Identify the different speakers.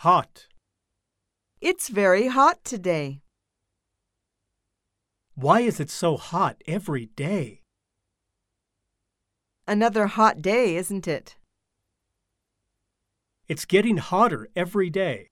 Speaker 1: Hot.
Speaker 2: It's very hot today.
Speaker 1: Why is it so hot every day?
Speaker 2: Another hot day, isn't it?
Speaker 1: It's getting hotter every day.